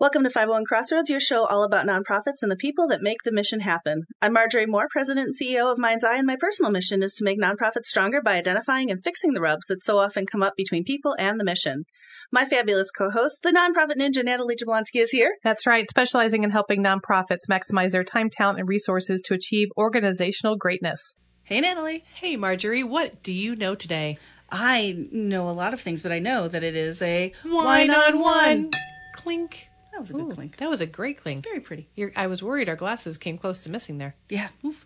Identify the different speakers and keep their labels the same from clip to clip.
Speaker 1: Welcome to 501 Crossroads, your show all about nonprofits and the people that make the mission happen. I'm Marjorie Moore, President and CEO of Mind's Eye, and my personal mission is to make nonprofits stronger by identifying and fixing the rubs that so often come up between people and the mission. My fabulous co host, the nonprofit ninja Natalie Jablonski, is here.
Speaker 2: That's right, specializing in helping nonprofits maximize their time, talent, and resources to achieve organizational greatness.
Speaker 1: Hey, Natalie.
Speaker 2: Hey, Marjorie, what do you know today?
Speaker 1: I know a lot of things, but I know that it is a
Speaker 2: Wine on one. Clink.
Speaker 1: That was a good
Speaker 2: Ooh,
Speaker 1: clink.
Speaker 2: That was a great clink.
Speaker 1: Very pretty.
Speaker 2: You're, I was worried our glasses came close to missing there.
Speaker 1: Yeah. Oof.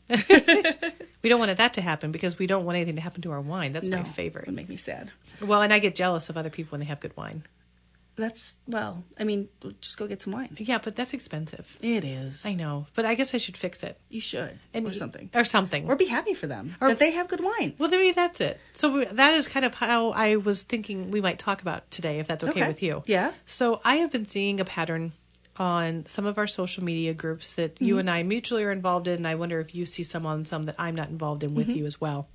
Speaker 2: We don't want that to happen because we don't want anything to happen to our wine. That's
Speaker 1: no. Mm.
Speaker 2: my favorite.
Speaker 1: Would make me sad.
Speaker 2: Well, and I get jealous of other people when they have good wine.
Speaker 1: That's, well, I mean, just go get some wine.
Speaker 2: Yeah, but that's expensive.
Speaker 1: It is.
Speaker 2: I know, but I guess I should fix it
Speaker 1: You should. or something.
Speaker 2: or something.
Speaker 1: Or be happy for them
Speaker 2: Or-
Speaker 1: that they have good wine.
Speaker 2: well, maybe that's it. So we- that is kind of how I was thinking we might talk about today, if that's okay,
Speaker 1: Okay.
Speaker 2: with you.
Speaker 1: Yeah.
Speaker 2: So I have been seeing a pattern on some of our social media groups that you and I mutually are involved in, and I wonder if you see some on some that I'm not involved in with you as well.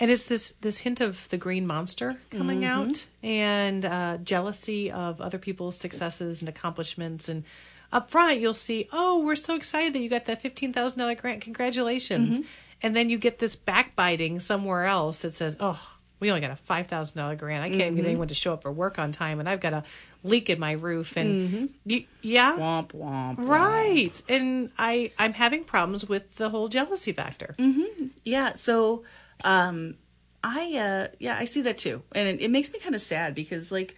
Speaker 2: And it's this this hint of the green monster coming out, and uh, jealousy of other people's successes and accomplishments. And up front, you'll see, oh, we're so excited that you got that fifteen thousand dollar grant, congratulations! And then you get this backbiting somewhere else that says, oh, we only got a five thousand dollar grant. I can't even get anyone to show up for work on time, and I've got a leak in my roof. And you, yeah,
Speaker 1: Womp womp.
Speaker 2: right. And I I'm having problems with the whole jealousy factor.
Speaker 1: Yeah. So, um, I uh, yeah, I see that too, and it, it makes me kind of sad because like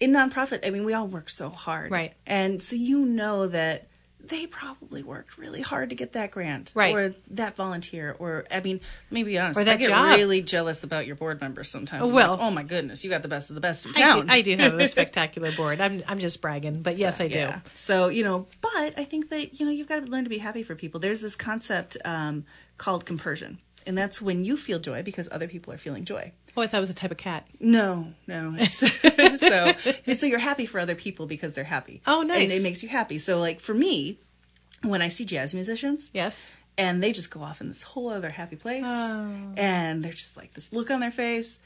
Speaker 1: in nonprofit, I mean, we all work so hard,
Speaker 2: Right.
Speaker 1: And so you know that they probably worked really hard to get that grant,
Speaker 2: Right.
Speaker 1: Or that volunteer, or I mean, let me be honest,
Speaker 2: Or that
Speaker 1: I get
Speaker 2: job.
Speaker 1: really jealous about your board members sometimes. I'm
Speaker 2: Well-
Speaker 1: like, oh my goodness, you got the best of the best in
Speaker 2: I
Speaker 1: town.
Speaker 2: do, I do have a spectacular board. I'm I'm just bragging, but yes, I do.
Speaker 1: Yeah. So, you know, but I think that, you know, you've got to learn to be happy for people. There's this concept um, called compersion, and that's when you feel joy because other people are feeling joy.
Speaker 2: Oh, I thought it was a type of cat.
Speaker 1: No, no. It's, so, so you're happy for other people because they're happy.
Speaker 2: Oh, nice.
Speaker 1: And it makes you happy. So, like for me, when I see jazz musicians,
Speaker 2: Yes.
Speaker 1: and they just go off in this whole other happy place,
Speaker 2: Oh.
Speaker 1: and they're just like this look on their face,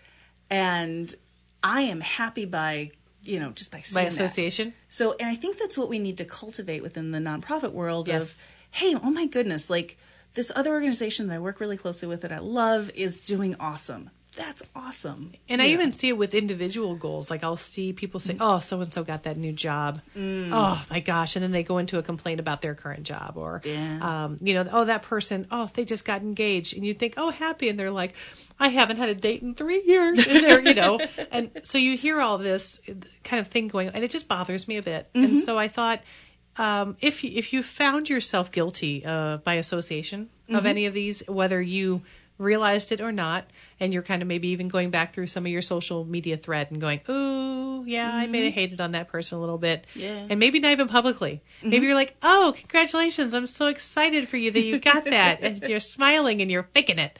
Speaker 1: and I am happy by you know just by
Speaker 2: By
Speaker 1: seeing that.
Speaker 2: association.
Speaker 1: So, and I think that's what we need to cultivate within the nonprofit world
Speaker 2: Yes.
Speaker 1: of, hey, oh my goodness, like this other organization that I work really closely with that I love is doing awesome. That's awesome.
Speaker 2: And I even see it with individual goals. Like I'll see people say, "Oh, so and so got that new job."
Speaker 1: Mm.
Speaker 2: Oh my gosh! And then they go into a complaint about their current job, or
Speaker 1: Yeah.
Speaker 2: um, you know, oh that person, oh they just got engaged, and you think, oh happy, and they're like, I haven't had a date in three years, and they're you know, and so you hear all this kind of thing going, on, and it just bothers me a bit.
Speaker 1: Mm-hmm.
Speaker 2: And so I thought, um, if you- if you found yourself guilty uh, by association of
Speaker 1: Mm-hmm.
Speaker 2: any of these, whether you realized it or not, and you're kind of maybe even going back through some of your social media thread and going, "Ooh, yeah, I may have hated on that person a little bit,"
Speaker 1: Mm-hmm. Yeah.
Speaker 2: and maybe not even publicly. Maybe you're like, "Oh, congratulations! I'm so excited for you that you got that," and you're smiling and you're faking it.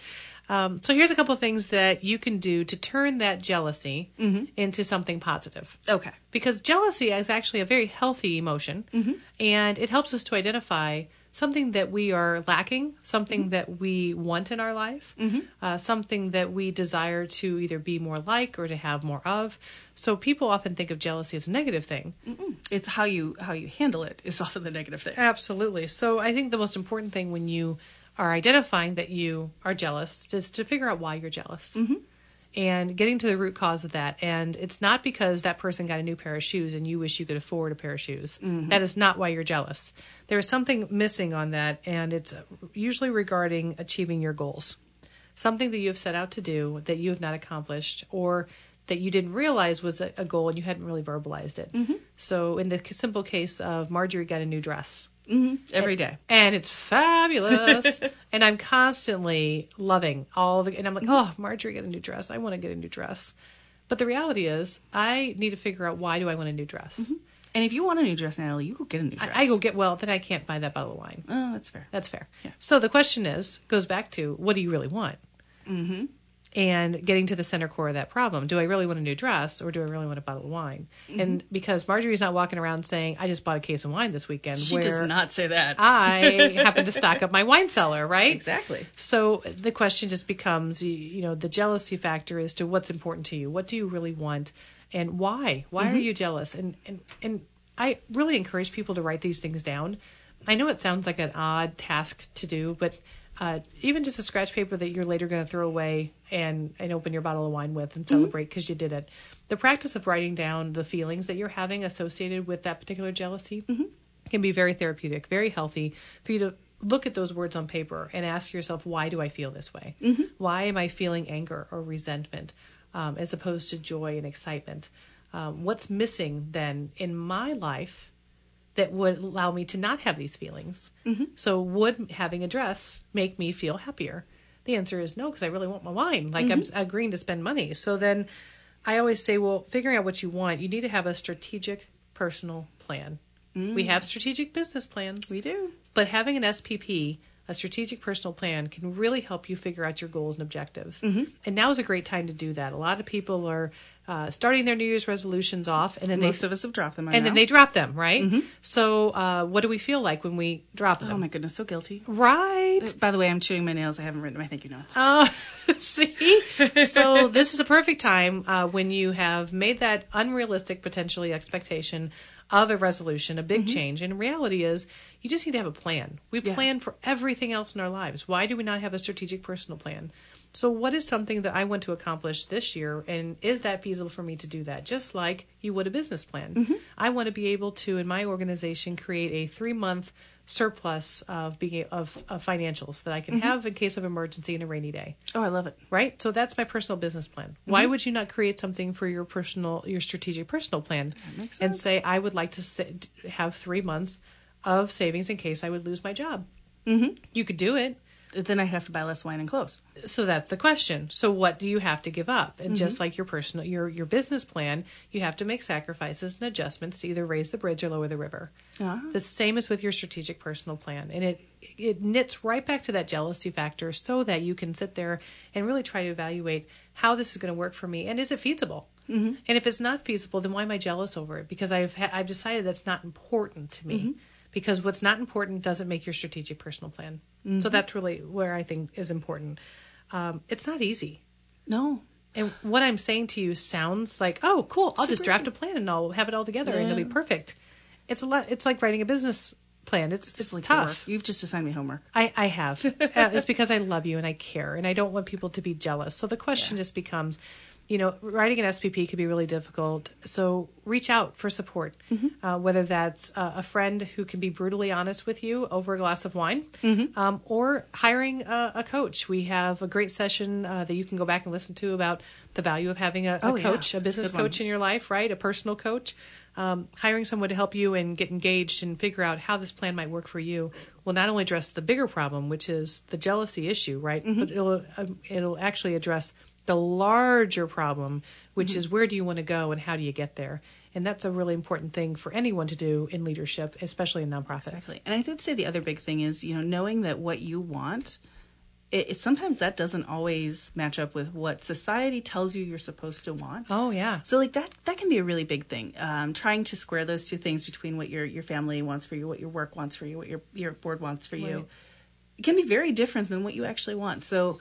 Speaker 2: Um, so here's a couple of things that you can do to turn that jealousy into something positive
Speaker 1: Okay.
Speaker 2: because jealousy is actually a very healthy emotion and it helps us to identify something that we are lacking something that we want in our life uh, something that we desire to either be more like or to have more of so people often think of jealousy as a negative thing
Speaker 1: It's how you how you handle it is often the negative thing.
Speaker 2: Absolutely. So I think the most important thing when you are identifying that you are jealous is to figure out why you're jealous. And getting to the root cause of that. And it's not because that person got a new pair of shoes and you wish you could afford a pair of shoes. That is not why you're jealous. There is something missing on that, and it's usually regarding achieving your goals something that you have set out to do that you have not accomplished or that you didn't realize was a, a goal and you hadn't really verbalized it. So, in the c- simple case of Marjorie got a new dress
Speaker 1: Every day.
Speaker 2: and it's fabulous, and I'm constantly loving all the, and I'm like, oh, Marjorie got a new dress. I want to get a new dress. But the reality is, I need to figure out why do I want a new dress.
Speaker 1: And if you want a new dress, Natalie, you go get a new Mm-hmm. dress.
Speaker 2: I, I go get well, then I can't buy that bottle of wine.
Speaker 1: Oh, that's fair.
Speaker 2: That's fair. So the question is, goes back to what do you really want? Mm-hmm. And getting to the center core of that problem. Do I really want a new dress or do I really want a bottle of wine?
Speaker 1: Mm-hmm.
Speaker 2: And because Marjorie's not walking around saying, I just bought a case of wine this weekend,
Speaker 1: She
Speaker 2: where
Speaker 1: does not say that.
Speaker 2: I happen to stock up my wine cellar, right?
Speaker 1: exactly.
Speaker 2: So the question just becomes, you, you know, the jealousy factor as to what's important to you. What do you really want, and why? Why are you jealous? And and and I really encourage people to write these things down. I know it sounds like an odd task to do, but uh, even just a scratch paper that you're later going to throw away and, and open your bottle of wine with and celebrate because you did it. The practice of writing down the feelings that you're having associated with that particular jealousy can be very therapeutic, very healthy for you to look at those words on paper and ask yourself, why do I feel this way? Why am I feeling anger or resentment um, as opposed to joy and excitement? Um, what's missing then in my life that would allow me to not have these feelings. So, would having a dress make me feel happier? The answer is no, because I really want my wine. Like I'm agreeing to spend money. So then, I always say, well, figuring out what you want, you need to have a strategic personal plan. We have strategic business plans,
Speaker 3: We do.
Speaker 2: but having an SPP, a strategic personal plan, can really help you figure out your goals and objectives. And now is a great time to do that. A lot of people are uh, starting their New Year's resolutions off, and then they
Speaker 3: Most of us have dropped them. I
Speaker 2: and then
Speaker 3: know. Mm-hmm.
Speaker 2: they drop them, right? So, uh, what do we feel like when we drop them?
Speaker 3: Oh my goodness, so guilty.
Speaker 2: right.
Speaker 3: By the way, I'm chewing my nails. I haven't written my thank you notes.
Speaker 2: Uh, see? so, this is a perfect time uh, when you have made that unrealistic, potentially, expectation of a resolution, a big
Speaker 3: Mm-hmm.
Speaker 2: change. And reality is, you just need to have a plan. We
Speaker 3: Yeah.
Speaker 2: plan for everything else in our lives. Why do we not have a strategic personal plan? So, what is something that I want to accomplish this year, and is that feasible for me to do that? Just like you would a business plan. I want to be able to, in my organization, create a three month surplus of being of, of financials that I can have in case of emergency and a rainy day.
Speaker 3: Oh, I love it.
Speaker 2: Right? So that's my personal business plan. Why
Speaker 3: Mm-hmm.
Speaker 2: would you not create something for your personal, your strategic personal plan
Speaker 3: makes
Speaker 2: and
Speaker 3: sense.
Speaker 2: say, I would like to sa- have three months of savings in case I would lose my job? Mm-hmm. You could do it.
Speaker 3: Then I have to buy less wine and clothes.
Speaker 2: So that's the question. So what do you have to give up? And just like your personal, your, your business plan, you have to make sacrifices and adjustments to either raise the bridge or lower the river.
Speaker 3: Ah.
Speaker 2: The same is with your strategic personal plan. And it it knits right back to that jealousy factor so that you can sit there and really try to evaluate how this is going to work for me and is it feasible? Mm-hmm. And if it's not feasible, then why am I jealous over it? Because I've ha- I've decided that's not important to me. Because what's not important doesn't make your strategic personal plan. So that's really where I think is important. Um, it's not easy.
Speaker 3: No.
Speaker 2: And what I'm saying to you sounds like, oh, cool. I'll just
Speaker 3: Super
Speaker 2: draft a plan and I'll have it all together and it'll be
Speaker 3: Yeah.
Speaker 2: perfect. It's a lot. It's like writing a business plan. It's it's,
Speaker 3: like the work.
Speaker 2: tough.
Speaker 3: You've just assigned me homework.
Speaker 2: I I have. uh, it's because I love you and I care and I don't want people to be jealous. So the question just becomes, you know, writing an SPP could be really difficult. So reach out for support,
Speaker 3: Mm-hmm.
Speaker 2: uh, whether that's uh, a friend who can be brutally honest with you over a glass of wine,
Speaker 3: Mm-hmm.
Speaker 2: um, or hiring a, a coach. We have a great session uh, that you can go back and listen to about the value of having a, a
Speaker 3: Oh, yeah. That's
Speaker 2: coach, a
Speaker 3: a
Speaker 2: business
Speaker 3: good one.
Speaker 2: coach in your life, right? A personal coach. Um, hiring someone to help you and get engaged and figure out how this plan might work for you will not only address the bigger problem, which is the jealousy issue, right? But it'll um, it'll actually address the larger problem, which is where do you want to go and how do you get there? And that's a really important thing for anyone to do in leadership, especially in nonprofits.
Speaker 3: Exactly. And I did say the other big thing is, you know, knowing that what you want, it, it sometimes that doesn't always match up with what society tells you you're supposed to want.
Speaker 2: Oh yeah,
Speaker 3: So like that that can be a really big thing. Um, trying to square those two things between what your your family wants for you, what your work wants for you, what your your board wants for you,
Speaker 2: Right.
Speaker 3: it can be very different than what you actually want. So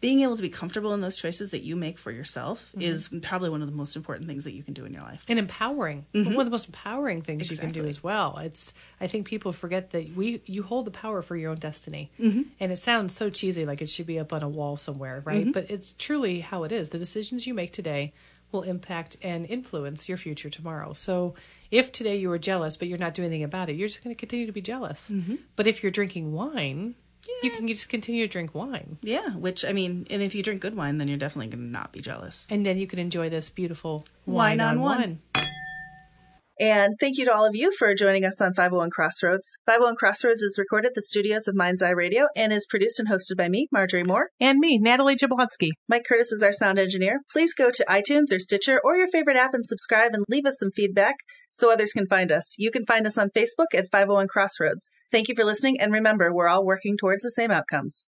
Speaker 3: being able to be comfortable in those choices that you make for yourself is probably one of the most important things that you can do in your life.
Speaker 2: and empowering. One of the most empowering things you can do
Speaker 3: Mm-hmm. Exactly.
Speaker 2: as well. It's I think people forget that we you hold the power for your own destiny,
Speaker 3: Mm-hmm.
Speaker 2: and it sounds so cheesy, like it should be up on a wall somewhere, right?
Speaker 3: Mm-hmm.
Speaker 2: But it's truly how it is. The decisions you make today will impact and influence your future tomorrow. So. If today you were jealous, but you're not doing anything about it, you're just going to continue to be jealous.
Speaker 3: Mm-hmm.
Speaker 2: But if you're drinking wine, you can just continue to drink wine.
Speaker 3: Yeah, which I mean, and if you drink good wine, then you're definitely going to not be jealous.
Speaker 2: And then you can enjoy this beautiful wine,
Speaker 3: Wine on
Speaker 2: on
Speaker 3: one.
Speaker 2: one.
Speaker 1: And thank you to all of you for joining us on 501 Crossroads. 501 Crossroads is recorded at the studios of Mind's Eye Radio and is produced and hosted by me, Marjorie Moore.
Speaker 2: And me, Natalie Jablonski.
Speaker 1: Mike Curtis is our sound engineer. Please go to iTunes or Stitcher or your favorite app and subscribe and leave us some feedback so others can find us. You can oh find us on Facebook at 501 Crossroads. Thank you for listening, and remember, we're all working towards the same outcomes.